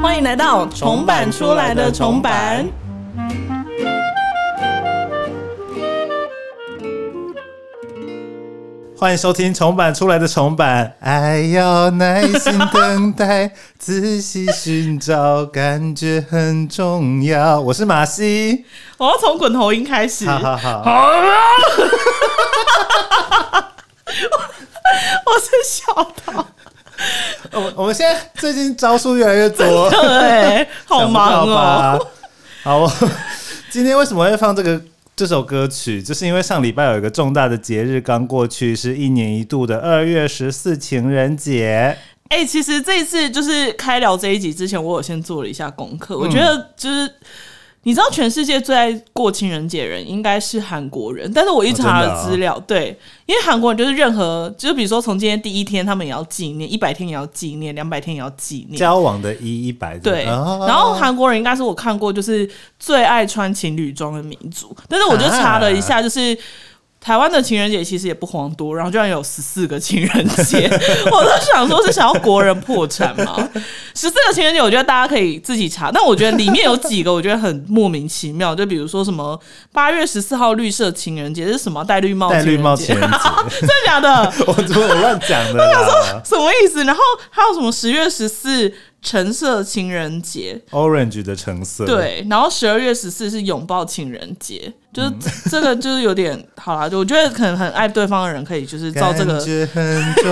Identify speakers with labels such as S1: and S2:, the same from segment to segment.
S1: 欢迎来到重版出来的重版。
S2: 欢迎收听重版出来的重版，
S3: 爱哎要耐心等待，仔细寻找，感觉很重要。我是马西，
S1: 我要从滚头音开始。
S3: 哈
S1: 我
S3: 哈哈，
S1: 是小 桃，
S3: 我我们现在最近招数越来越多，
S1: 对， 好
S3: 想不
S1: 忙
S3: 到
S1: 哦。
S3: 吧？好，我 今天为什么会放这个这首歌曲？就是因为上礼拜有一个重大的节日刚过去，是一年一度的二月十四情人节。
S1: 哎、其实这一次就是开聊这一集之前，我有先做了一下功课。我觉得就是你知道，全世界最爱过情人节的人应该是韩国人，但是我一查
S3: 哦真的
S1: 了
S3: 啊
S1: 资料，对，因为韩国人就是任何，就是比如说从今天第一天，他们也要纪念，一百天也要纪念，两百天也要纪念，
S3: 交往的一一百
S1: 对，
S3: 啊
S1: 然后韩国人应该是我看过就是最爱穿情侣装的民族，但是我就
S3: 啊
S1: 查了一下，就是。台湾的情人节其实也不遑多让，居然有十四个情人节， 我都想说是想要国人破产吗？十四个情人节，我觉得大家可以自己查，但我觉得里面有几个我觉得很莫名其妙，就比如说什么八月十四号绿色情人节，这是什么戴绿帽
S3: 戴绿帽
S1: 情
S3: 情
S1: 人
S3: 人
S1: 节，
S3: 节，
S1: 真的假的？
S3: 我怎么我乱讲的啦
S1: 什么意思？然后还有什么十月十四橙色情人节，
S3: ？Orange 的橙色，。
S1: 对，然后十二月十四是拥抱情人节，就是
S3: 嗯
S1: 这 这个就是有点好啦，就我觉得可能很爱对方的人可以就是照这个
S3: 感，觉很重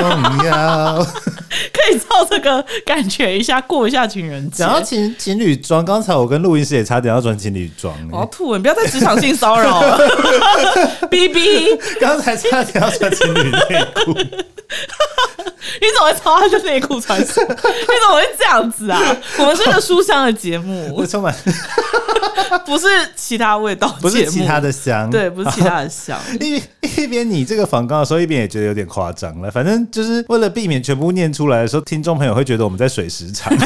S3: 要。
S1: 可以照这个感觉一下过一下情人节
S3: 讲。到情情侣装，刚才我跟录音师也差点要穿情侣装、
S1: 我要
S3: 欸，
S1: 吐了，你不要再职场性骚扰 了，B B，你
S3: 刚才差点要穿情侣内裤。
S1: 怎么会朝他的内裤穿上？你怎么会这样子啊？我们是个书香的节目
S3: 我，充满
S1: 不是其他味道节目，
S3: 不是其他的香，
S1: 对，不是其他的香。
S3: 一一边你这个仿纲的时候，一边也觉得有点夸张了。反正就是为了避免全部念出来的时候，听众朋友会觉得我们在水时 长，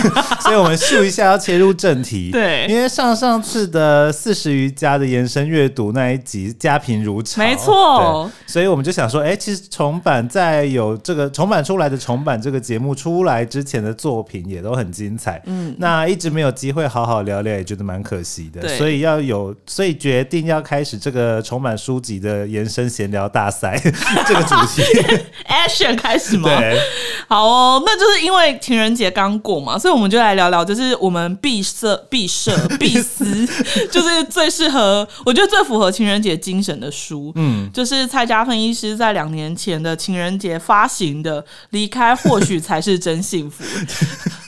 S3: 所以我们咻一下要切入正题。
S1: 对
S3: 因为上上次的四十余家的延伸阅读那一集，家贫如潮，
S1: 没错
S3: 对。所以我们就想说，哎、其实重版在有这个重版出来的重版这个节目出来之前的作品也都很精彩。嗯，那一直没有机会好好聊聊，也觉得蛮可惜的。
S1: 对
S3: 所以要有，所以决定要开始这个重版书籍的延伸闲聊大赛 这个主题。
S1: Action 开始吗？
S3: 对，
S1: 好哦，那就是因为情人节刚过嘛，所以我们就来聊聊，就是我们必 设、必设、必思，就是最适合，我觉得最符合情人节精神的书，嗯，就是蔡家芬医师在两年前的情人节发行的《离开或许才是真幸 福》。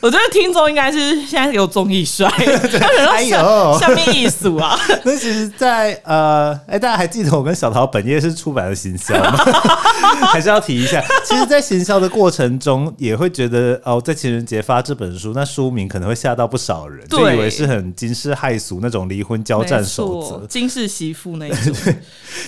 S1: 我觉得听众应该是现在有综艺 帅，他
S3: 哎
S1: 想
S3: 呦
S1: 说下面艺术 啊，
S3: 那其实在，呃，哎、大家还记得我跟小桃本业是出版的行销吗？ 还是要提一下。其实，在行销的过程中，也会觉得哦，在情人节发这本书，那书名可能会吓到不少人，就
S1: 对
S3: 以为是很惊世骇俗那种离婚交战守
S1: 没错
S3: 则。
S1: 金氏媳妇那一种，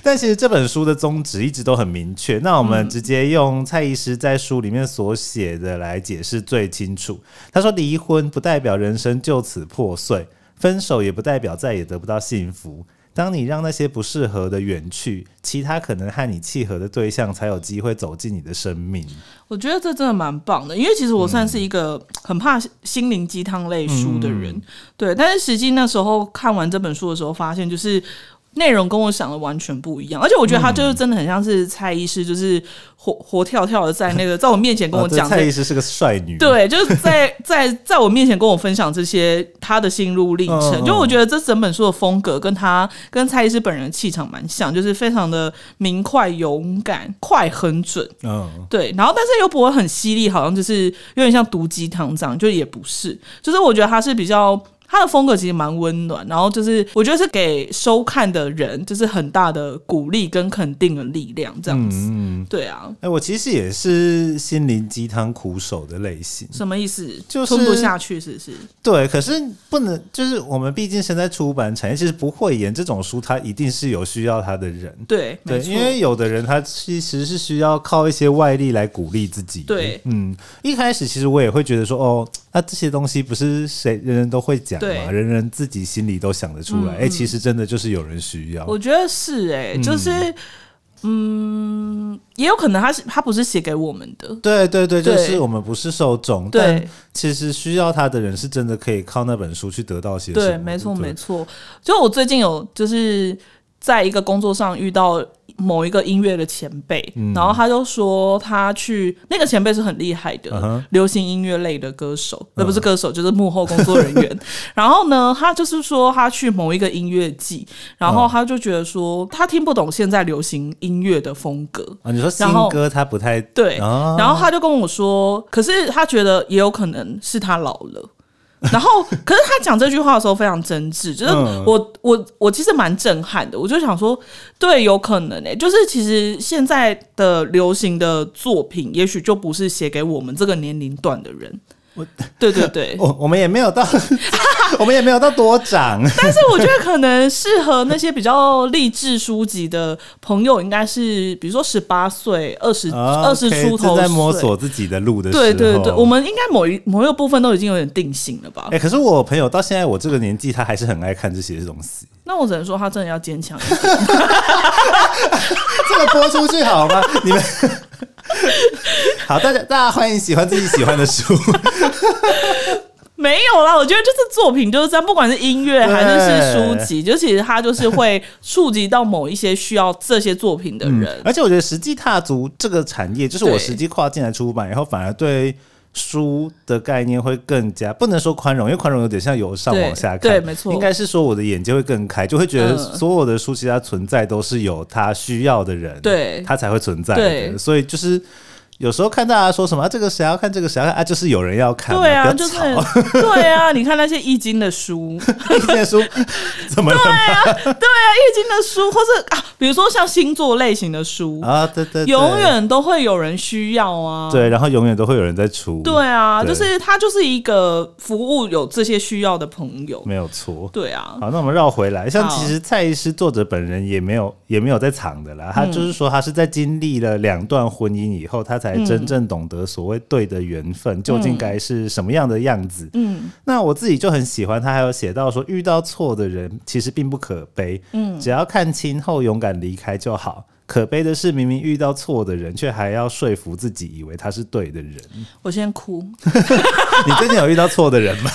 S3: 但其实这本书的宗旨一直都很明确。那我们直接用蔡医师在书里面所写的来解释最清楚。他说：“离婚不代表人生就此破碎，分手也不代表再也得不到幸福。当你让那些不适合的远去，其他可能和你契合的对象才有机会走进你的生命。
S1: 我觉得这真的蛮棒的，因为其实我算是一个
S3: 嗯
S1: 很怕心灵鸡汤类书的人，
S3: 嗯
S1: 对。但是实际那时候看完这本书的时候，发现就是内容跟我想的完全不一样，而且我觉得他就是真的很像是蔡医师，就是活活跳跳的在那个在我面前跟我
S3: 哦这
S1: 讲这
S3: 蔡医师是个帅女，，
S1: 对，就是在在在我面前跟我分享这些他的心路历程。
S3: 嗯嗯
S1: 就我觉得这整本书的风格跟他跟蔡医师本人的气场蛮像，就是非常的明快、勇敢、快、很准。
S3: 嗯，
S1: 对，然后但是又不会很犀利，好像就是有点像毒鸡汤这样，就也不是，就是我觉得他是比较。他的风格其实蛮温暖，然后就是我觉得是给收看的人就是很大的鼓励跟肯定的力量，这样
S3: 嗯
S1: 子。对啊，
S3: 哎、我其实也是心灵鸡汤苦手的类型。”
S1: 什么意思？
S3: 就是
S1: 吞不下去，是不是？
S3: 对，可是不能，就是我们毕竟身在出版产业，其实不会演这种书，它一定是有需要他的人。
S1: 对，
S3: 对，
S1: 没错
S3: 因为有的人他其实是需要靠一些外力来鼓励自己。
S1: 对，
S3: 嗯，一开始其实我也会觉得说，哦，那这些东西不是谁人人都会讲
S1: 对嗯
S3: 嘛，人人自己心里都想得出来。哎、其实真的就是有人需
S1: 欸
S3: 要。
S1: 我觉得是哎、就是
S3: 嗯
S1: 嗯也有可能他是他不是写给我们的，
S3: 对对对，就
S1: 对
S3: 是我们不是受众，
S1: 对
S3: 但其实需要它的人是真的可以靠那本书去得到些什么。
S1: 对，没错
S3: 不
S1: 没错。就我最近有就是在一个工作上遇到某一个音乐的前辈，
S3: 嗯
S1: 然后他就说他去那个前辈是很厉害的、
S3: 嗯哼嗯
S1: 流行音乐类的歌手，呃那、不是歌手就是幕后工作人 员。然后呢，他就是说他去某一个音乐季，然
S3: 嗯
S1: 后他就觉得说他听不懂现在流行音乐的风格，
S3: 啊，你说新
S1: 然后
S3: 歌它不太
S1: 对，
S3: 啊
S1: 然后他就跟我说，可是他觉得也有可能是他老了。然后， 可是他讲这句话的时候非常真挚，就是
S3: 嗯
S1: 我、我我其实蛮震撼的。我就想说，对，有可能诶、就是其实现在的流行的作品，也许就不是写给我们这个年龄段的人。 对对对，
S3: 我我们也没 有到，我们也没有到多长，
S1: 但是我觉得可能适合那些比较励志书籍的朋友，应该是比如说十八岁、二十
S3: 啊
S1: 二十
S3: OK，
S1: 出头
S3: 正在摸
S1: 岁
S3: 索自己的路的时候。
S1: 对对对，我。们应该某一某一个部分都已经有点定型了吧
S3: 哎、？可是我朋友到现在我这个年纪，他还是很爱看这些东西。
S1: 那我只能说他真的要坚强。
S3: 这个播出去好吗？你 们 好，大家大家欢迎喜欢自己喜欢的书，
S1: 没有啦，我觉得就是作品就是这样，不管是音乐还是是
S3: 对
S1: 书籍，就其实他就是会触及到某一些需要这些作品的人。
S3: 而且我觉得实际踏足这个产业，就是我
S1: 对
S3: 实际跨进来出版，然后反而对书的概念会更加不能说宽容，因为宽容有点像由上往下看，
S1: 对对没错
S3: 应该是说我的眼界会更开，就会觉得
S1: 嗯
S3: 所有的书其实它存在都是有它需要的人，
S1: 对
S3: 它才会存在
S1: 对
S3: 的，所以就是。有时候看大家说什么、啊、这个谁要看这个谁要看啊，就是有人要看嘛，
S1: 对啊，
S3: 不
S1: 就
S3: 要
S1: 是
S3: 吵。
S1: 对啊，你看那些易经的书，
S3: 这件书怎么了吗？
S1: 那易经的书，或是啊，比如说像星座类型的书，
S3: 啊，对对，对
S1: 永远都会有人需要啊。
S3: 对，然后永远都会有人在出，
S1: 对，啊，
S3: 对
S1: 就是他就是一个服务有这些需要的朋友。
S3: 没有错。
S1: 对啊，
S3: 好，那我们绕回来，像
S1: 好
S3: 其实蔡医师作者本人也没有也没有在藏的
S1: 嗯
S3: 啦，他就是说他是在经历了两段婚姻以后，他才真正懂得所谓对的缘分、究竟该是什么样的样子。
S1: 嗯，
S3: 那我自己就很喜欢他，还有写到说遇到错的人其实并不可悲，嗯，只要看清后勇敢离开就好。可悲的是，明明遇到错的人，却还要说服自己以为他是对的人。
S1: 我先哭，
S3: 你最近有遇到错的人吗？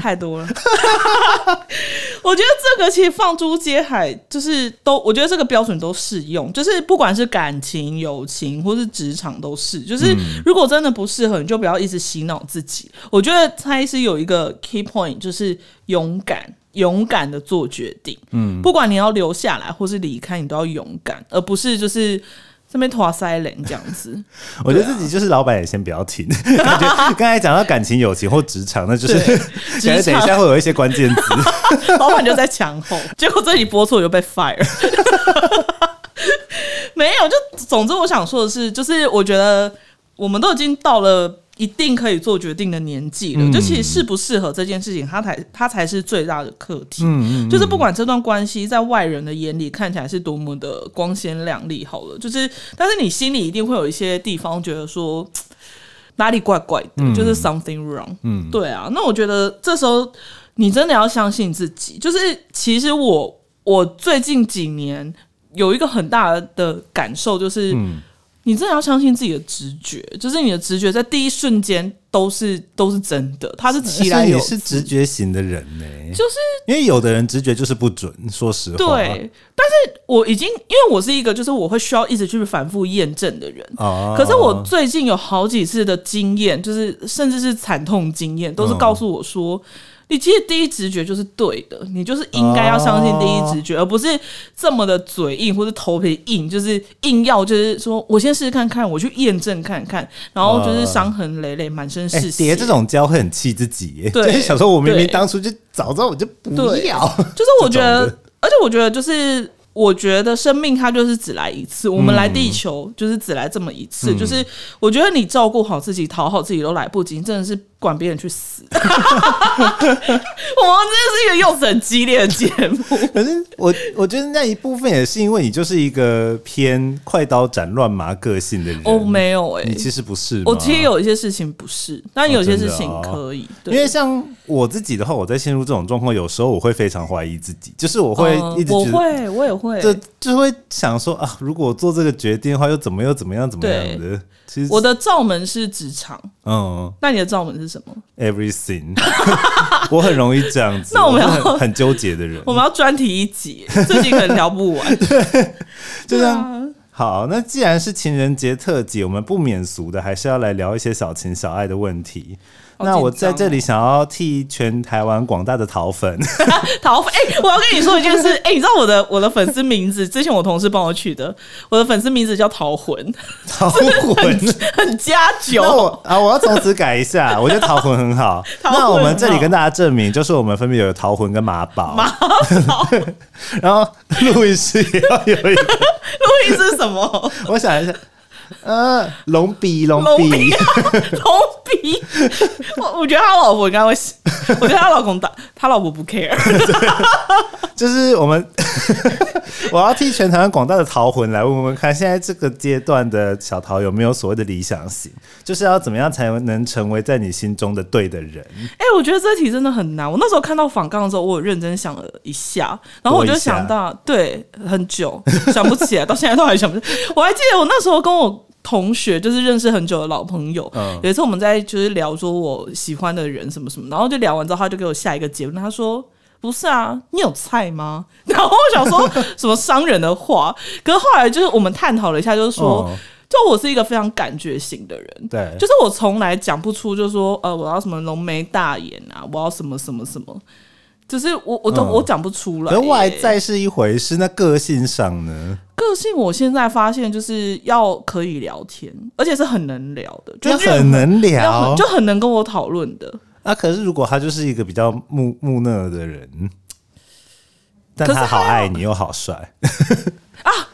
S1: 太多了。 我觉得这个其实放诸皆海，就是都，我觉得这个标准都适用，就是不管是感情、友情或是职场都是，就是如果真的不适合，你就不要一直洗脑自己。我觉得蔡医师有一个 key point，就是勇敢。勇敢的做决定，嗯，不管你要留下来或是离开，你都要勇敢，而不是就是这边拖塞人这样子。
S3: 我觉得自己就是老板，也先不要停。感觉刚才讲到感情、友情或职场，那就是
S1: 啊对
S3: 感觉等一下会有一些关键词。
S1: 老板就在墙后，结果这里播错就被 fire。没有，就总之我想说的是，就是我觉得我们都已经到了一定可以做决定的年纪了，就其实适不适合这件事情，它才它才是最大的课题。就是不管这段关系在外人的眼里看起来是多么的光鲜亮丽，好了，就是但是你心里一定会有一些地方觉得说。嘖哪里怪怪的，就是 something wrong。嗯，对啊，那我觉得这时候你真的要相信自己。就是其实我我最近几年有一个很大的感受，就是、你真的要相信自己的直觉，就是你的直觉在第一瞬间都是都是真的，它是起来
S3: 所以
S1: 有
S3: 你是直觉型的人呢、
S1: 就是
S3: 因为有的人直觉就是不准，说实话。
S1: 对，但是我已经因为我是一个就是我会需要一直去反复验证的人，
S3: 哦
S1: 可是我最近有好几次的经验，就是甚至是惨痛经验，都是
S3: 嗯
S1: 告诉我说。你其实第一直觉就是对的，你就是应该要相信第一直觉，
S3: 哦
S1: 而不是这么的嘴硬或是头皮硬，就是硬要就是说我先试试看看，我去验证看看，然后就是伤痕累累，满身
S3: 啊哎
S1: 是血。
S3: 叠这种胶会很气自己、耶
S1: 对
S3: 就是想说我明明
S1: 对
S3: 当初就早知道我就不
S1: 对
S3: 要。
S1: 就是我觉得
S3: 这种的，
S1: 而且我觉得就是。我觉得生命它就是只来一次，我们来地
S3: 嗯
S1: 球就是只来这么一次。就是我觉得你照顾好自己、讨好自己都来不及，真的是管别人去死。 我们真的是一个用词很激烈的节 目，
S3: 可是我我觉得那一部分也是因为你就是一个偏快刀斩乱麻个性的人。
S1: 我、没有哎、
S3: 你其实不是吗。
S1: 我其实有一些事情不是，但有些事情
S3: 哦真的哦
S1: 可以，
S3: 因
S1: 对
S3: 为像我自己的话，我在陷入这种状况，有时候我会非常怀疑自己，就是我会
S1: 嗯
S3: 一直
S1: 我
S3: 觉得，
S1: 会，我也会，
S3: 就就会想说啊，如果我做这个决定的话，又怎么又怎么样怎么样的。其实
S1: 我的罩门是职场，
S3: 嗯
S1: 那你的罩门是什么？
S3: ，everything，我很容易这样子，
S1: 那我们
S3: 是
S1: 要
S3: 很很纠结的人。
S1: 我们要专题一集，这集可能聊不 完。
S3: 就
S1: 对
S3: 像
S1: 啊，
S3: 好，那既然是情人节特辑，我们不免俗的，还是要来聊一些小情小爱的问题。
S1: 好
S3: 那我
S1: 紧张
S3: 在
S1: 哦
S3: 这里想要替全台湾广大的桃粉，
S1: 桃粉，哎、我要跟你说一件事，哎、你知道我的我的粉丝名字，之前我同事帮我取的，我的粉丝名字叫桃魂，
S3: 桃魂，
S1: 很加
S3: 那我
S1: 酒。
S3: 啊，我要从此改一下，我觉得桃魂很好。
S1: 桃魂
S3: 那我
S1: 很
S3: 们
S1: 好
S3: 这里跟大家证明，就是我们分别有桃魂跟马宝，
S1: 马宝，
S3: 然后路易斯也要有一个，
S1: 路易是什么？
S3: 我想一下，呃，龙鼻龙
S1: 龙
S3: 鼻
S1: 鼻，啊龙鼻。我我觉得他老婆应该会，我觉得他老公打他老婆不 care。
S3: 就是我们， 我要替全台湾广大的桃魂来问问看，现在这个阶段的小桃有没有所谓的理想型，就是要怎么样才能成为在你心中的对的人？
S1: 哎、我觉得这题真的很难。我那时候看到访杠的时候，我有认真想了一下，然后我就想到，对，很久 想不起来，到现在都还想不起来。我还记得我那时候跟我同学，就是认识很久的老朋友，
S3: 嗯
S1: 有一次我们在就是聊说我喜欢的人什么什么，然后就聊完之后，他就给我下一个结论，他说。不是啊，你有菜吗？ 然后我想说什么伤人的话，可是后来就是我们探讨了一下，就是说，
S3: 嗯
S1: 就我是一个非常感觉型的人，
S3: 对，
S1: 哦就是我从来讲不出，就是说呃，我要什么浓眉大眼啊，我要什么什么什么，就是我我都、
S3: 嗯
S1: 我讲不出来、
S3: 可是外在是一回事，那个性上呢？
S1: 个性，我现在发现就是要可以聊天，而且是很能聊的，就
S3: 要
S1: 是
S3: 很能
S1: 要
S3: 聊
S1: 很，就很能跟我讨论的。
S3: 啊，可是如果他就是一个比较木木讷的人，但
S1: 可是
S3: 他好
S1: 他要
S3: 爱你又好帅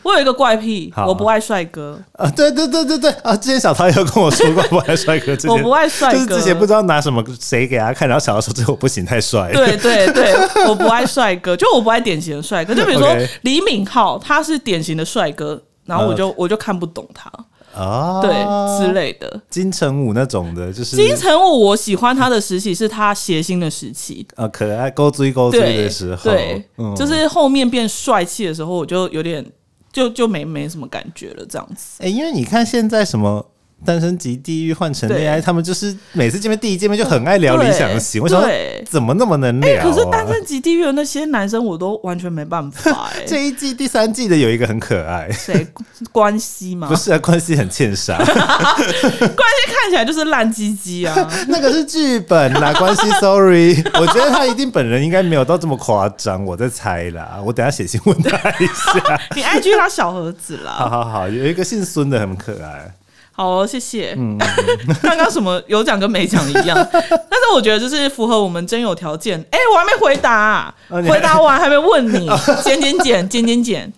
S1: 我有一个怪癖，
S3: 好
S1: 我不爱帅哥，
S3: 啊！对对对对对啊！之前小桃也有跟 我说过不爱帅哥这
S1: 我
S3: 件，
S1: 不爱帅
S3: 就是
S1: 哥，
S3: 之前不知道拿什么谁给他看，然后小桃说这我不行，太帅了。
S1: 对对对，我不爱帅哥，就我不爱典型的帅哥。就比如说
S3: OK
S1: 李敏镐，他是典型的帅哥，然后我就、我就看不懂他，
S3: 嗯啊，
S1: 对、之类的。
S3: 金城武那种的，就是
S1: 金城武，我喜欢他的时期是他谐星的时期，
S3: 啊可爱勾追勾追
S1: 对
S3: 的时候，
S1: 对，
S3: 嗯，
S1: 就是后面变帅气的时候，我就有点就就没没什么感觉了，这样子。
S3: 哎、因为你看现在什么。单身级地狱换成恋爱，
S1: 对
S3: 他们就是每次见面第一见面就很爱聊理想型，
S1: 对
S3: 我想说
S1: 对
S3: 怎么那么能
S1: 哎、
S3: 聊、啊
S1: 可是单身级地狱的那些男生，我都完全没办法哎、
S3: 这一季第三季的有一个很可爱，
S1: 谁 关系嘛？
S3: 不是啊，关系很欠杀，
S1: 关系看起来就是烂唧唧啊！
S3: 那个是剧本啦，关系 sorry，我觉得他一定本人应该没有到这么夸张，我在猜啦，我等一下写信问他 一下。
S1: 你 IG 他小盒子
S3: 好
S1: 啦，
S3: 好好，有一个姓孙的很可爱，
S1: 好哦，谢谢。
S3: 嗯
S1: 刚刚什么有讲跟没讲一样， 但是我觉得就是符合我们真有条件。哎、我还没回答、
S3: 哦你还
S1: 回答完还没问你，减减 减减减减。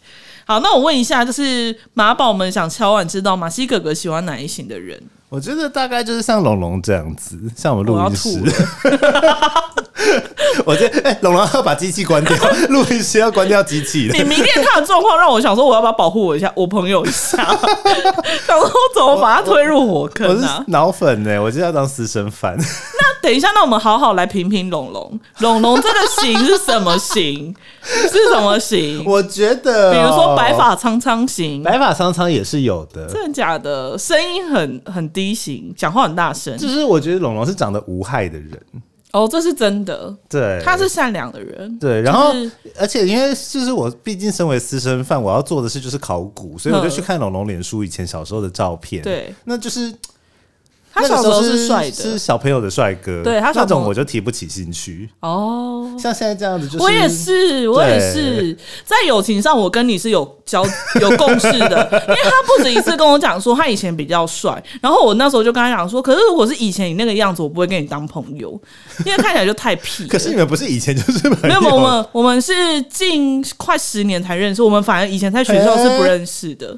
S1: 好，那我问一下，就是马宝们想敲碗知道马西哥哥喜欢哪一型的人？
S3: 我觉得大概就是像龙龙这样子，像我们
S1: 我要
S3: 录音
S1: 吐
S3: 师
S1: 了，。
S3: 我觉得哎，龙、龙要把机器关掉，录音师要关掉机器了
S1: 你。明天他的状况让我想说，我要不要保护我一下，我朋友一下？ 想说怎么把他推入火
S3: 我
S1: 坑
S3: 是
S1: 啊？
S3: 脑粉呢、我就要当私生饭。
S1: 那等一下，那我们好好来评评龙龙，龙龙这个型是什么型？是什么型？
S3: 我觉得哦、
S1: 比如说白发苍苍型，
S3: 白发苍苍也是有的，
S1: 真的假的？声音很很低型，讲话很大声。
S3: 就是我觉得龙龙是长得无害的人，
S1: 哦，这是真的，
S3: 对，
S1: 他是善良的人。
S3: 对，然后、
S1: 就是
S3: 而且因为就是我毕竟身为私生饭，我要做的事就是考古，所以我就
S1: 嗯
S3: 去看龙龙脸书以前小时候的照片，
S1: 对，
S3: 那就是
S1: 他
S3: 那个
S1: 小时候是
S3: 是
S1: 帅
S3: 是
S1: 的
S3: 小朋友的帅哥，
S1: 对他小
S3: 那
S1: 朋友
S3: 种我就提不起兴趣，
S1: 哦。
S3: 像现在这样子就是
S1: 我也。是，我也是，在友情上，我跟你是有交 有共识的，因为他不止一次跟我讲说他以前比较帅，然后我那时候就跟他讲说，可是我是以前你那个样子，我不会跟你当朋友，因为看起来就太屁了。
S3: 可是你们不是以前就是朋
S1: 没 有，
S3: 友？
S1: 我们我们是近快十年才认识，我们反而以前在学校是不认识的。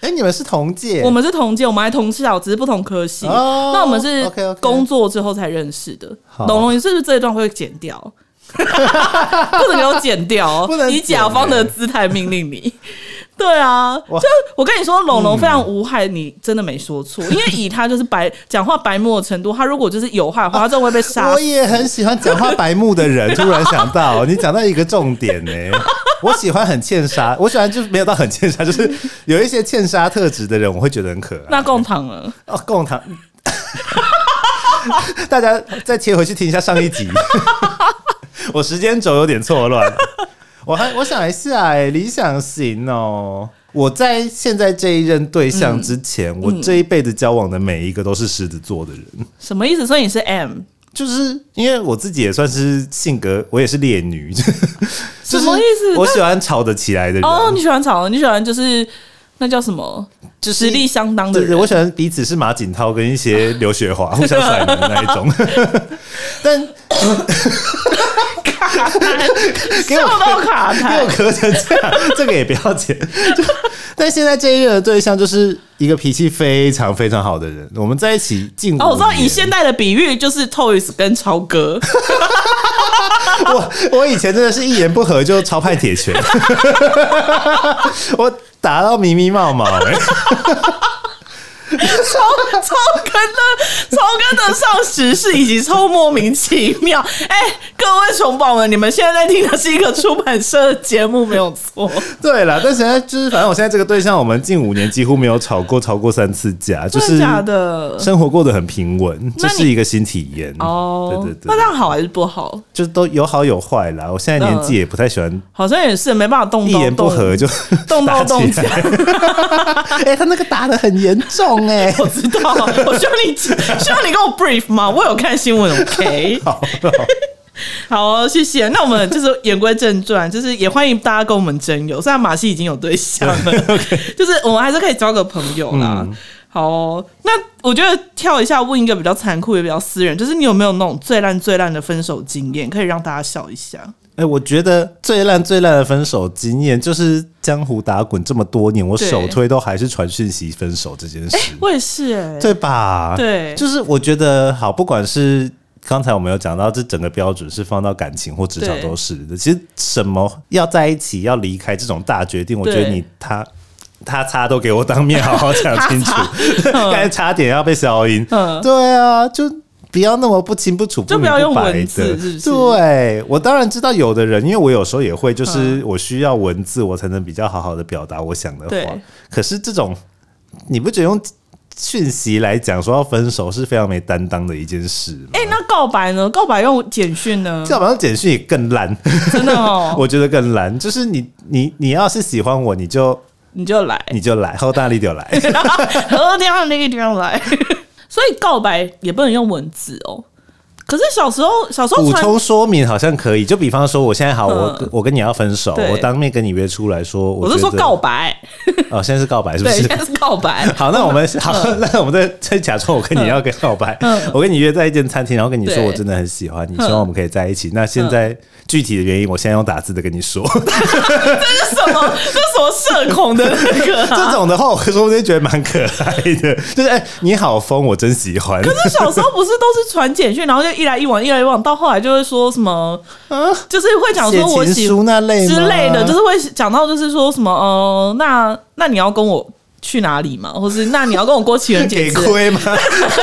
S3: 哎、你们是同届，
S1: 我们是同届，我们还同校，只是不同科系。
S3: 哦
S1: 那我们是
S3: OK，OK
S1: 工作之后才认识的。
S3: 好
S1: 龙龙，你是不是这一段会剪掉？ 不能给我剪掉哦！
S3: 不能剪欸
S1: 以甲方的姿态命令你。对啊，
S3: 哇
S1: 就我跟你说，龙龙非常无害，你真的没说错。 因为以他就是白讲话白目的程度，他如果就是有害的话，他真的会被杀
S3: 我。也很喜欢讲话白目的人。突然想到，你讲到一个重点呢、我喜欢很欠杀，我喜欢就是没有到很欠杀，就是有一些欠杀特质的人，我会觉得很可爱。
S1: 那共堂了，
S3: 哦，共堂， 大家再切回去听一下上一集， 我时间轴有点错乱。我还我想一下、哎，理想型哦。我在现在这一任对象之前，我这一辈子交往的每一个都是狮子座的人。
S1: 什么意思？所以你是 M，
S3: 就是因为我自己也算是性格，我也是烈女， 什
S1: 么意思
S3: 我喜欢吵得起来的人，
S1: 哦，你喜欢吵，你喜欢就是那叫什么？
S3: 就是
S1: 实力相当的
S3: 对对，
S1: 人，
S3: 我喜欢彼此是马景涛跟一些刘雪华 互相甩门的那一种， 但
S1: 卡痰，
S3: 给我
S1: 笑到卡
S3: 因为
S1: 痰
S3: 我。咳成这样， 这个也不要剪。 就但现在这一任的对象就是一个脾气非常非常好的人，我们在一起近
S1: 哦，我知道
S3: 五年
S1: 以现代的比喻就是 Toys 跟超哥，
S3: 我 我以前真的是一言不合就超派铁拳， 我打到迷迷冒冒、欸。
S1: 超超跟的超跟的上时事以及超莫名其妙。哎、各位熊宝们，你们现在在听的是一个出版社的节目，没有错。
S3: 对啦，但现在就是，反正我现在这个对象，我们近五年几乎没有吵过超过三次架，就
S1: 真
S3: 是
S1: 的假的？
S3: 生活过得很平稳，
S1: 那
S3: 这
S1: 你
S3: 是一个新体验。
S1: 哦，
S3: 对对
S1: 那这
S3: 对，
S1: 样好还是不好？
S3: 就是都有好有坏啦。我现在年纪也不太喜欢
S1: 好像也是没办法动
S3: 一
S1: 刀
S3: 言不
S1: 动
S3: 合就
S1: 动
S3: 打
S1: 刀动
S3: 起
S1: 枪
S3: 来。。哎、他那个打的很严重 哎、
S1: 我知道，我需要你需要你跟我 brief 吗？我有看新闻，OK。
S3: 好，
S1: 好哦，谢谢。那我们就是言归正传， 就是也欢迎大家跟我们真友。虽然马戏已经有对象 了，就是我们还是可以交个朋友啦。
S3: 嗯
S1: 好、哦，那我觉得跳一下问一个比较残酷也比较私人，就是你有没有那种最烂最烂的分手经验，可以让大家笑一下？
S3: 哎、我觉得最烂最烂的分手经验就是江湖打滚这么多年，我
S1: 对
S3: 首推都还是传讯息分手这件事。
S1: 我也是、哎，
S3: 对吧？
S1: 对
S3: 就是我觉得好，不管是刚才我们有讲到，这整个标准是放到感情或职场
S1: 对
S3: 都是的。其实什么要在一起、要离开这种大决定，我觉得
S1: 对
S3: 你他。他擦都给我当面好好讲清 楚， 刚才差点要被消音。
S1: 嗯
S3: 对啊，就不要那么不清不楚，
S1: 就不
S3: 明
S1: 要用
S3: 白
S1: 文字
S3: 的
S1: 是不是
S3: 对我当然知道有的人，因为我有时候也会，就是
S1: 嗯
S3: 我需要文字，我才能比较好好的表达我想的
S1: 对
S3: 话。可是这种你不觉得用讯息来讲说要分手是非常没担当的一件事吗？
S1: 哎、那告白呢？告白用简讯 呢？
S3: 要不然简讯也更烂，
S1: 真的哦，
S3: 我觉得更烂。就是你你你要是喜欢我，你就
S1: 你就来，
S3: 你就来，后大力就来。
S1: 哎喝掉那个地方来。所以告白也不能用文字哦。可是小时候，小时候
S3: 补
S1: 传
S3: 充说明好像可以，就比方说我现在好，我
S1: 嗯
S3: 我跟你要分手，
S1: 对
S3: 我当面跟你约出来说，
S1: 我
S3: 我
S1: 是说
S3: 觉得
S1: 告白，
S3: 哦，现在是告白是不
S1: 对，
S3: 是
S1: 现？在是告白。
S3: 好，那我们
S1: 嗯
S3: 好，那我们再再假装我跟你要个告白， 我跟你约在一间餐厅，然后跟你说
S1: 对
S3: 我真的很喜欢你，
S1: 嗯
S3: 希望我们可以在一起。那现在具体的原因，我现在用打字的跟你说。
S1: 这是什么？这是什么社恐的那个、啊？
S3: 这 种的话，我说不定觉得蛮可爱的，就是哎、你好疯，我真喜欢。
S1: 这小时候不是都是传简讯，然后就一来一往，一来一往，到后来就会说什么，就是会讲
S3: 啊写
S1: 说我
S3: 情
S1: 喜
S3: 书那类吗
S1: 之类的，就是会讲到就是说什么，呃，那那你要跟我去哪里嘛，或是那你要跟我过情人节
S3: 给
S1: 之类
S3: 亏吗？
S1: 的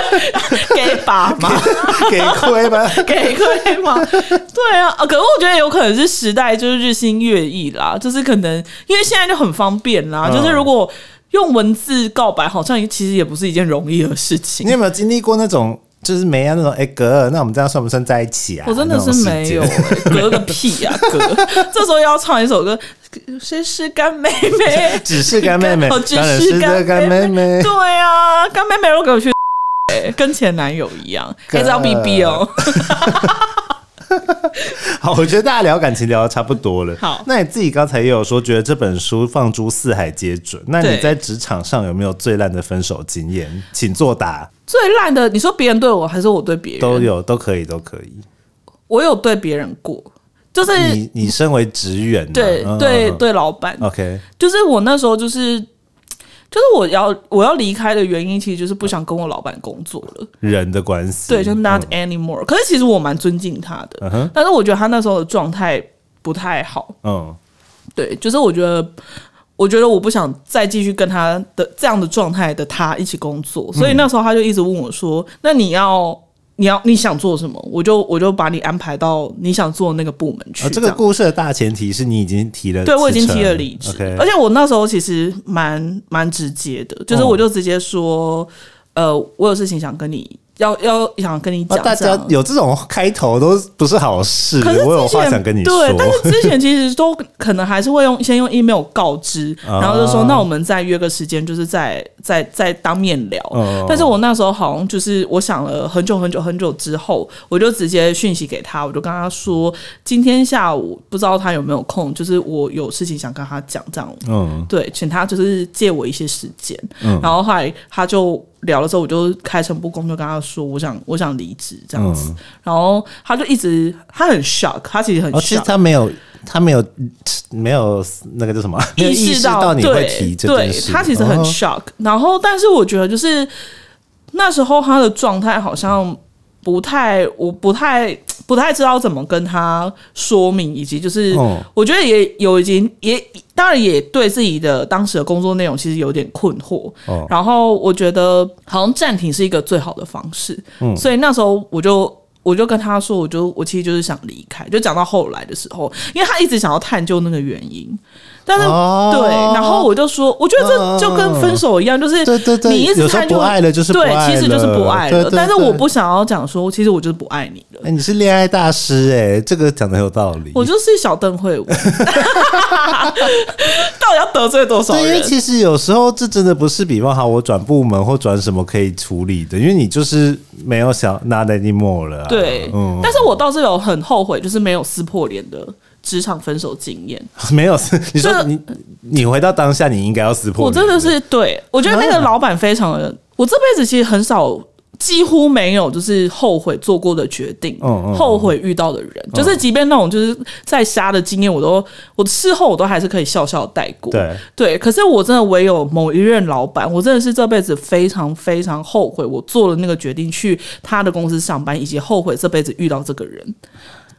S1: 给吧嘛。
S3: 给亏吗？
S1: 给亏 吗？对啊，啊可是我觉得有可能是时代就是日新月异啦，就是可能因为现在就很方便啦，
S3: 嗯
S1: 就是如果用文字告白，好像其实也不是一件容易的事情
S3: 你。有没有经历过那种就是没啊那种哎、哥，那我们这样算不算在一起啊？
S1: 我真的是没有、
S3: 那种事件。
S1: 欸，隔 个屁呀、啊，隔！ 这时候要唱一首歌，谁是干妹妹？
S3: 只是干妹妹，
S1: 哦 只
S3: 当然
S1: 是
S3: 的
S1: 干
S3: 干妹妹。
S1: 对啊，干妹妹如果给我去、欸，跟前男友一样，
S3: 哥
S1: 还是要 BB 哦。
S3: 好，我觉得大家聊感情聊的差不多了。
S1: 好
S3: 那你自己刚才也有说，觉得这本书放诸四海皆准。那你
S1: 对
S3: 在职场上有没有最烂的分手经验？请作答，
S1: 最烂的，你说别人对我还是我对别人？
S3: 都有，都可以，都可以。
S1: 我有对别人过，就是
S3: 你你身为职员嘛，
S1: 对
S3: 嗯
S1: 对
S3: 嗯嗯
S1: 对，老板，
S3: ，OK，
S1: 就是我那时候就是就是我要我要离开的原因，其实就是不想跟我老板工作了。
S3: 人的关系，
S1: 对，就 not
S3: 嗯
S1: anymore、可是其实我蛮尊敬他的，
S3: 嗯哼，
S1: 但是我觉得他那时候的状态不太好。
S3: 嗯，
S1: 对，就是我觉得，我觉得我不想再继续跟他的这样的状态的他一起工作，
S3: 嗯
S1: 所以那时候他就一直问我说：“那你要你要你想做什么？”我就我就把你安排到你想做的那个部门去。
S3: 啊，这个
S1: 样
S3: 故事的大前提是你已经提了辞呈，
S1: 对我已经提了离职
S3: 呃 OK，
S1: 而且我那时候其实蛮蛮直接的，就是
S3: 哦
S1: 我就直接说：“呃，我有事情想跟你要要想跟你
S3: 那
S1: 讲。
S3: 哦啊大
S1: 这样
S3: 家有这种开头都不是好事，
S1: 可是之前
S3: 我有话想跟你说。
S1: 对，但是之前其 实都可能还是会用先用 email 告知，
S3: 啊
S1: 然后就说那我们再约个时间，就是再再再当面聊。
S3: 哦
S1: 但是我那时候好像就是我想了很久很久很久之后，我就直接讯息给他，我就跟他说今天下午不知道他有没有空，就是我有事情想跟他讲，这样
S3: 嗯，
S1: 对，请他就是借我一些时间。
S3: 嗯
S1: 然后后来他就聊了之后，我就开诚布公就跟他说，我想我想离职这样子。
S3: 嗯
S1: 然后他就一直他很 shock，他其实很
S3: 哦，其实
S1: shock。
S3: 他没有，他没有，没有那个叫 什么？没有意
S1: 识
S3: 识到你会
S1: 对
S3: 提这
S1: 对
S3: 件事，
S1: 他其实很
S3: 哦
S1: shock、然后，但是我觉得就是那时候他的状态好像不太，我不太不太知道怎么跟他说明，以及就是、
S3: 哦
S1: 我觉得也有已经也当然也对自己的当时的工作内容其实有点困惑。
S3: 哦
S1: 然后我觉得好像暂停是一个最好的方式，
S3: 嗯
S1: 所以那时候我就。我就跟他说，我就我其实就是想离开，就讲到后来的时候，因为他一直想要探究那个原因，但是、
S3: 哦
S1: 对，然后我就说，我觉得
S3: 嗯
S1: 这就跟分手一样，就是
S3: 对对对
S1: 你一直
S3: 有时候
S1: 探究
S3: 不爱了就是不
S1: 对，
S3: 爱
S1: 其实就是不
S3: 了
S1: 爱了。
S3: 对对
S1: 但是
S3: 对
S1: 我不想要讲说，其实我就是不爱你了。
S3: 哎、你是恋爱大师哎、这个讲的很有道理。
S1: 我就是小邓慧 文，到底要得罪多少
S3: 对，因为
S1: 人？
S3: 其实有时候这真的不是，比方好，我转部门或转什么可以处理的，因为你就是没有想 not anymore 了、啊。
S1: 对，
S3: 嗯，
S1: 但是我倒是有很后悔，就是没有撕破脸的职场分手经验。
S3: 没有。你说
S1: 这
S3: 你你回到当下，你应该要撕破。
S1: 我真的，是对，我觉得那
S3: 啊
S1: 个老板非常的，我这辈子其实很少。几乎没有，就是后悔做过的决定，
S3: 嗯嗯
S1: 后悔遇到的人，就是即便那种就是再瞎的经验，我都我事后我都还是可以笑笑带过。
S3: 对
S1: 可是我真的唯有某一任老板，我真的是这辈子非常非常后悔，我做了那个决定去他的公司上班，以及后悔这辈子遇到这个人。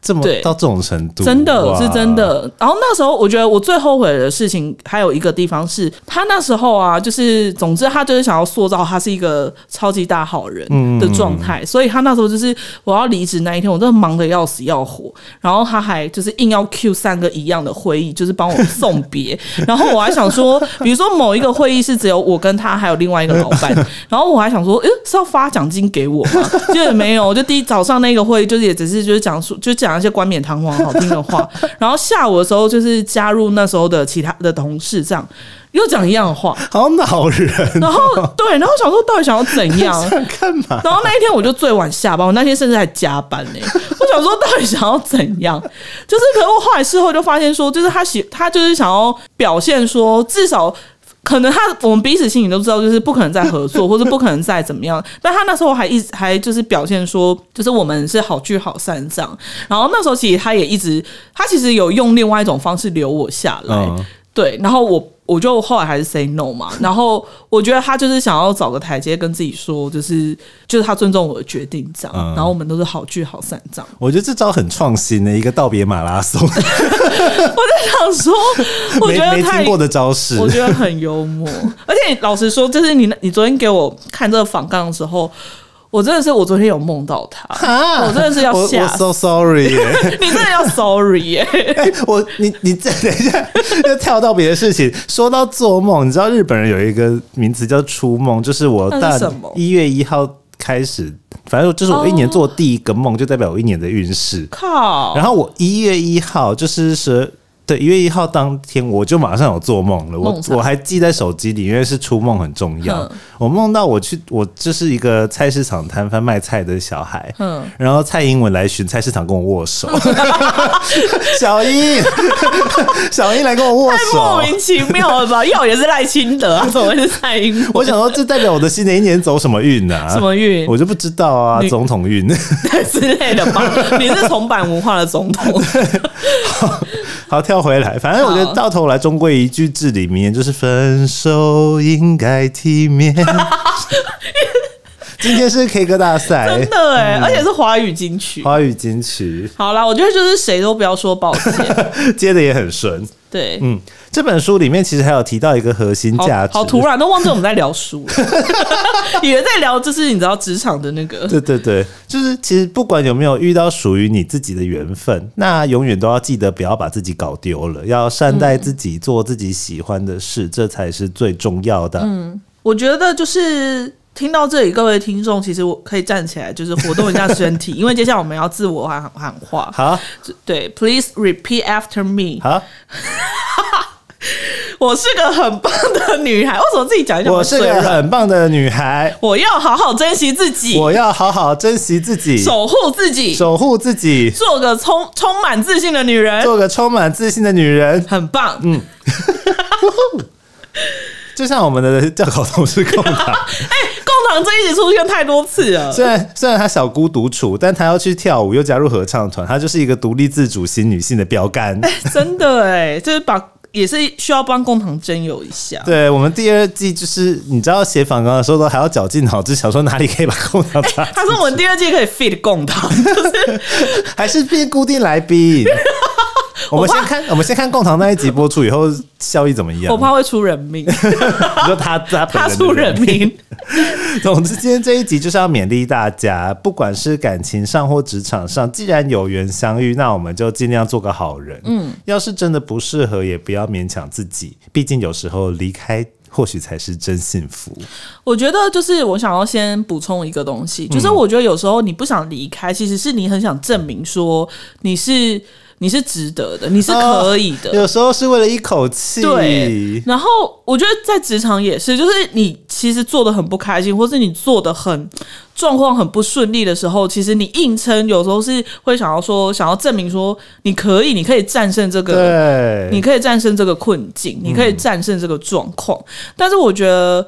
S3: 这么
S1: 对
S3: 到这种程度，
S1: 真的
S3: 哇
S1: 是真。的。然后那时候我觉得我最后悔的事情还有一个地方是，他那时候啊，就是总之他就是想要塑造他是一个超级大好人
S3: 嗯
S1: 的状态，所以他那时候就是我要离职那一天，我真的忙得要死要活，然后他还就是硬要 Q 三个一样的会议，就是帮我送别。然后我还想说，比如说某一个会议是只有我跟他还有另外一个老板，然后我还想说，诶、是要发奖金给我吗？就也没有，就第一早上那个会议就是也只是就是讲述就讲一些冠冕堂皇好听的话，然后下午的时候就是加入那时候的其他的同事这样。又讲一样的话，
S3: 好恼人，
S1: 然后对，然后我想说到底想要怎样？
S3: 想干 嘛？
S1: 然后那一天我就最晚下班，我那天甚至还加班呢、 我想说，到底想要怎样？就是，可是我后来事后就发现说，就是他喜，他就是想要表现说，至少可能他我们彼此心里都知道，就是不可能再合作，或者不可能再怎么样。但他那时候还一直还就是表现说，就是我们是好聚好散这样。然后那时候其实他也一直，他其实有用另外一种方式留我下来。
S3: 嗯
S1: 对，然后我我就后来还是 say no 嘛，然后我觉得他就是想要找个台阶跟自己说，就是就是他尊重我的决定这样，
S3: 嗯
S1: 然后我们都是好聚好散这样。
S3: 我觉得这招很创新的一个道别马拉松，
S1: 我想说， 我
S3: 没
S1: 觉得
S3: 没
S1: 太
S3: 听过的招式
S1: 我。觉得很幽默，而且老实说，就是你你昨天给我看这个访纲的时候，我真的是我昨天有梦到他，
S3: 啊
S1: 我真的是要
S3: 我
S1: 吓
S3: 我
S1: 死
S3: so sorry 耶、
S1: 你真的要 sorry 耶、
S3: 哎我你你再等一下， 又跳到别的事情。说到做梦，你知道日本人有一个名词叫“初梦”，就是我
S1: 那是
S3: 大
S1: 什么哦
S3: 一月一号开始，反正就是我一年做第一个梦，就代表我一年的运势。
S1: 靠，
S3: 然后我一月一号就是十对一月一号当天，我就马上有做梦了。我
S1: 梦啥
S3: 我还记在手机里，因为是出梦很重要
S1: 嗯。
S3: 我梦到我去，我就是一个菜市场摊贩卖菜的小孩，
S1: 嗯
S3: 然后蔡英文来巡菜市场跟我握手， 小英， 小英来跟我握
S1: 太莫
S3: 手。啊
S1: 名其妙了吧？要也是赖清德 啊，怎么会是蔡英文？
S3: 我想说，这代表我的新的一年走什么运呢、啊？
S1: 什么运
S3: 我就不知道啊，
S1: 你
S3: 总统运。
S1: 之类的吧？你是重版文化的总统，
S3: 好，跳回来，反正我觉得
S1: 好
S3: 到头来终归一句至理名言，就是分手应该体 面。今天是 K 歌大赛
S1: 真，的哎、而且是华语金曲。
S3: 嗯华语金曲
S1: 好啦，我觉得就是谁都不要说抱歉，
S3: 接的也很顺。
S1: 对，
S3: 嗯，这本书里面其实还有提到一个核心
S1: 好
S3: 价值，
S1: 好突然都忘记我们在聊书 了，以为在聊就是你知道职场的那个，
S3: 对对对，就是其实不管有没有遇到属于你自己的缘分，那永远都要记得不要把自己搞丢了，要善待自己，做自己喜欢的事，这才是最重要的。
S1: 嗯我觉得就是听到这里，各位听众，其实我可以站起来，就是活动一下身体，因为接下来我们要自我喊喊话。
S3: 好
S1: 对，Please repeat after me。
S3: 好，
S1: 我是个很棒的女孩，为什么自己讲一讲
S3: 我是
S1: 嘴
S3: 个
S1: 软
S3: 很棒的女孩，
S1: 我要好好珍惜自己，
S3: 我要好好珍惜自己，
S1: 守护自己，
S3: 守护自己，
S1: 做个充充满自信的女人，
S3: 做个充满自信的女人。
S1: 很棒。嗯，
S3: 就像我们的教考同事 共党，
S1: 哎、 共党这一集出现太多次了。
S3: 虽然虽然她小姑独处，但她要去跳舞，又加入合唱团，她就是一个独立自主型女性的 标杆。
S1: 真的哎、就是把也是需要帮工堂征友一下。
S3: 对我们第二季就是你知道写反纲的时候都还要绞尽脑汁，想说哪里可以把空档插进去，
S1: 他说我们第二季可以 fit 共 堂，
S3: 还是变固定 来宾。我们先看，我们先看共堂那一集播出以后效益怎么样
S1: 我。怕会出人 命，
S3: 你说他他本
S1: 他
S3: 的
S1: 出人命。
S3: 总之，今天这一集就是要勉励大家，不管是感情上或职场上，既然有缘相遇，那我们就尽量做个好人。嗯，要是真的不适合，也不要勉强自己，毕竟有时候离开或许才是真幸福。
S1: 我觉得就是我想要先补充一个东
S3: 嗯
S1: 西，就是我觉得有时候你不想离开，其实是你很想证明说你是你是值得的，你是
S3: 哦
S1: 可以的。
S3: 有时候是为了一口气。
S1: 对，然后我觉得在职场也是，就是你其实做的很不开心，或是你做的很状况很不顺利的时候，其实你硬撑，有时候是会想要说，想要证明说你可以，你可以战胜这个，
S3: 对，嗯
S1: 你可以战胜这个困境，你可以战胜这个状况。但是我觉得。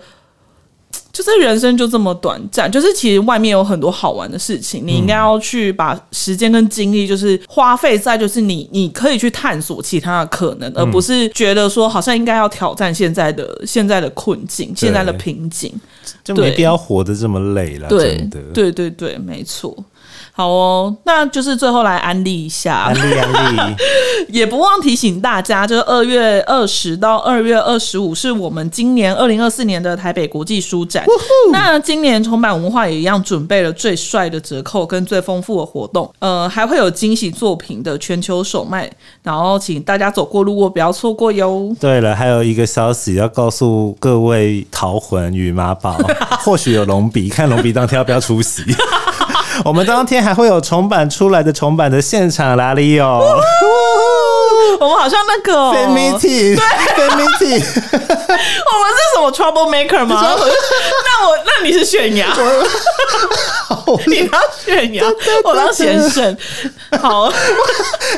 S1: 就是人生就这么短暂，就是其实外面有很多好玩的事情，你应
S3: 嗯
S1: 该要去把时间跟精力，就是花费在就是你你可以去探索其他的可能，
S3: 嗯
S1: 而不是觉得说好像应该要挑战现在的现在的困境、现在的瓶颈。
S3: 就
S1: 对
S3: 没必要活得这么累了，
S1: 对
S3: 啊真的。
S1: 对对对，没错。好哦，那就是最后来安利一下
S3: 安，利安利，
S1: 也不忘提醒大家，就是二月二十到二月二十五是我们今年二零二四年的台北国际书展。那今年重版文化也一样准备了最帅的折扣跟最丰富的活动，呃，还会有惊喜作品的全球首卖，然后请大家走过路过不要错过哟。
S3: 对了，还有一个消息要告诉各位陶魂与马宝，或许有龙鼻，看龙鼻当天要不要出席。 我们当天还会有重版出来的重版的现场拉力哦
S1: 我们好像那个、哦，
S3: ，fan
S1: 我们
S3: meeting，fan meeting，
S1: 是什么 trouble maker 吗？ 那我那你是泫 雅，你当泫雅，我当先生，好。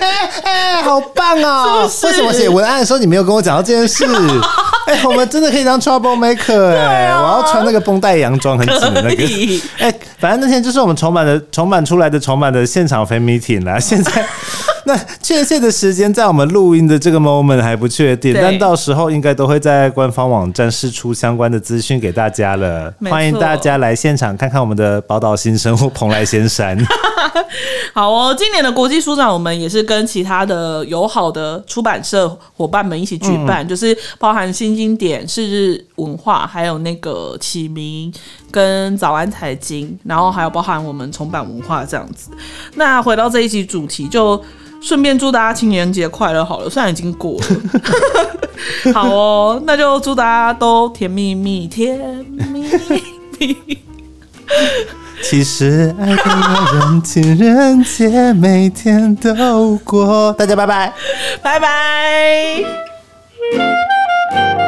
S3: 哎哎，好棒哦！
S1: 是不
S3: 为
S1: 是
S3: 什么写文案的时候你没有跟我讲到这件 事？哎，我们真的可以当 trouble maker 哎、
S1: 啊
S3: 我要穿那个绷带洋装，很紧的那
S1: 可
S3: 个。
S1: 以
S3: 哎、反正那天就是我们重版的重版出来的重版的现场 fan meeting 啦。现在那确切的时间在我们录音的这个 moment 还不确定，
S1: 对
S3: 但到时候应该都会在官方网站释出相关的资讯给大家了。
S1: 没错
S3: 欢迎大家来现场看看我们的宝岛新生或蓬莱仙山。
S1: 好哦，今年的国际书展，我们也是跟其他的友好的出版社伙伴们一起举办，就是包含新经典、是日文化，还有那个启明跟早安财经，然后还有包含我们重版文化这样子。那回到这一集主题，就顺便祝大家情人节快乐好了，虽然已经过了。好哦，那就祝大家都甜蜜蜜，甜蜜蜜。
S3: 其实爱的人，情人节每天都过。大家拜拜。
S1: 拜拜。
S4: Thank you.